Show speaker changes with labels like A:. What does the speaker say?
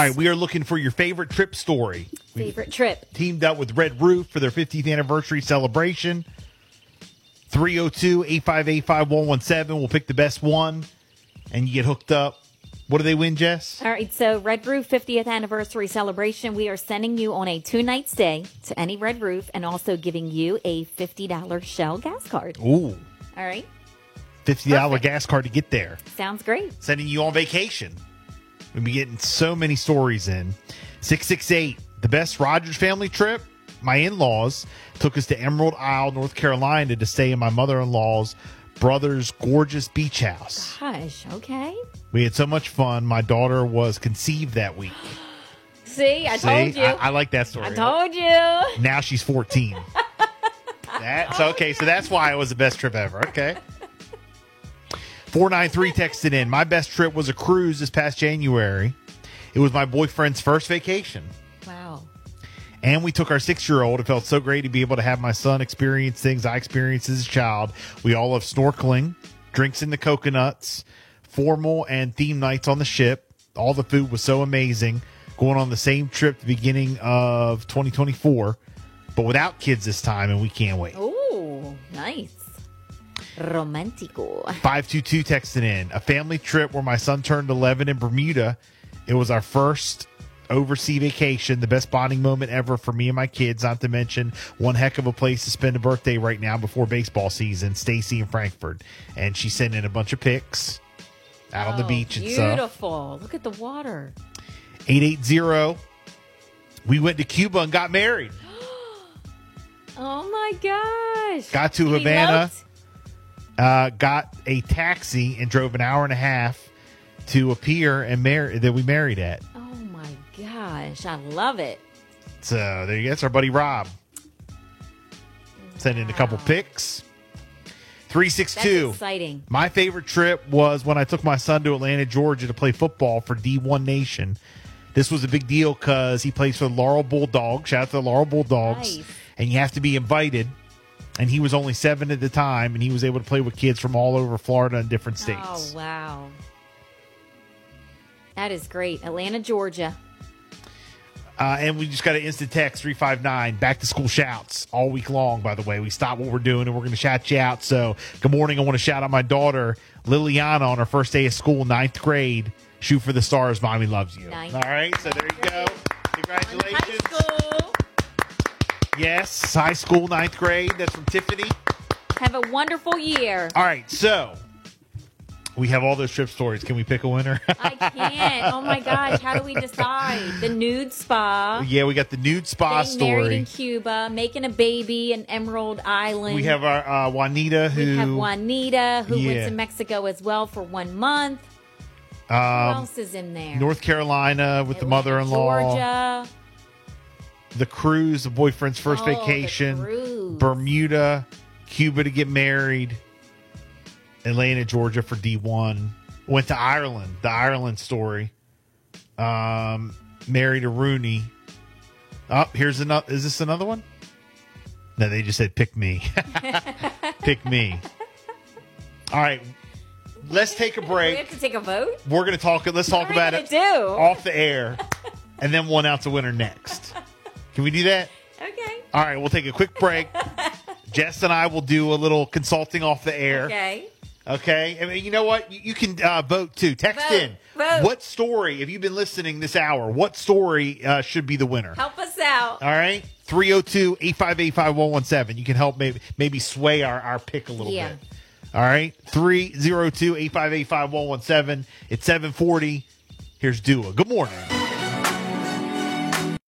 A: All right, we are looking for your favorite trip story. We
B: Favorite trip.
A: teamed up with Red Roof for their 50th anniversary celebration. 302 858 5117. We'll pick the best one and you get hooked up. What do they win, Jess?
B: All right, so Red Roof 50th anniversary celebration. We are sending you on a two night stay to any Red Roof and also giving you a $50 Shell gas card.
A: Ooh,
B: All right,
A: $50 gas card to get there.
B: sounds great.
A: sending you on vacation. We'll be getting so many stories in. 668, the best Rogers family trip. My in laws took us to Emerald Isle, North Carolina to stay in my mother in law's brother's gorgeous beach house.
B: Hush, okay.
A: We had so much fun. My daughter was conceived that week.
B: See, I
A: See,
B: told you.
A: I, I like that story.
B: I told you.
A: now she's 14. That's okay. So that's why it was the best trip ever. Okay. 493 texted in. My best trip was a cruise this past January. It was my boyfriend's first vacation.
B: Wow.
A: And we took our six year old. It felt so great to be able to have my son experience things I experienced as a child. We all love snorkeling, drinks in the coconuts, formal and theme nights on the ship. All the food was so amazing. Going on the same trip the beginning of 2024, but without kids this time, and we can't wait.
B: Ooh, nice. Romantico.
A: 522 texted in a family trip where my son turned 11 in Bermuda. It was our first overseas vacation, the best bonding moment ever for me and my kids, not to mention one heck of a place to spend a birthday right now before baseball season. Stacy in Frankfurt. And she sent in a bunch of pics out on the
B: Oh,
A: beach and stuff.
B: Beautiful. Look at the water.
A: 880. We went to Cuba and got married.
B: Oh my gosh.
A: Got to
B: You
A: Havana.
B: eloped?
A: uh, got a taxi and drove an hour and a half to a pier and mar- that we married at.
B: Oh my gosh. I love it.
A: So there you go. That's our buddy Rob. Send in a couple pics.
B: That's
A: 362.
B: exciting.
A: My favorite trip was when I took my son to Atlanta, Georgia to play football for D1 Nation. This was a big deal because he plays for the Laurel Bulldogs. Shout out to the Laurel Bulldogs.
B: Nice.
A: And you have to be invited. And he was only seven at the time, and he was able to play with kids from all over Florida and different states.
B: Oh wow. That is great. Atlanta, Georgia.
A: Uh, and we just got an instant text 359 back to school shouts all week long, by the way. We stop what we're doing and we're going to shout you out. So, good morning. I want to shout out my daughter, Liliana, on her first day of school, ninth grade. Shoot for the stars, mommy loves you.
B: Ninth
A: All right. So, there you go.
B: High
A: Congratulations.
B: school.
A: Yes, high school, ninth grade. That's from Tiffany.
B: Have a wonderful year.
A: All right. So, we have all those trip stories. Can we pick a winner?
B: I can't. Oh my gosh. How do we decide? The nude spa.
A: yeah, we got the nude spa
B: Getting married in
A: story.
B: Cuba, making a baby in Emerald Island.
A: We have our uh, Juanita who.
B: We have Juanita, who
A: Yeah.
B: went to Mexico as well for one month.
A: um,
B: Who else is in there?
A: North Carolina with the mother-in-law,
B: Georgia.
A: the cruise, the boyfriend's first
B: Oh, the
A: vacation,
B: cruise.
A: Bermuda, Cuba to get married, Atlanta, Georgia for D1. Went to Ireland, the Ireland story. Um, married a Rooney. Up here's another. Is this another one? No, they just said pick me. pick me. All right, let's take a
B: we
A: break.
B: have to take a vote.
A: We're gonna talk. Let's talk
B: What are we
A: about
B: gonna
A: it
B: do?
A: off the air and then one out to winner next. Can we do that?
B: Okay.
A: All right, we'll take a quick break. Jess and I will do a little consulting off the air.
B: Okay.
A: Okay. I mean, you know what? You, you can uh, vote too. Text
B: Vote.
A: in.
B: Vote.
A: What story, if you've been listening this hour, what story uh, should be the winner?
B: Help us out.
A: All right. 302 858 5117. You can help maybe, maybe sway our, our pick a little
B: Yeah.
A: bit. All right. 302 858 5117. It's 740. Here's Dua. Good morning.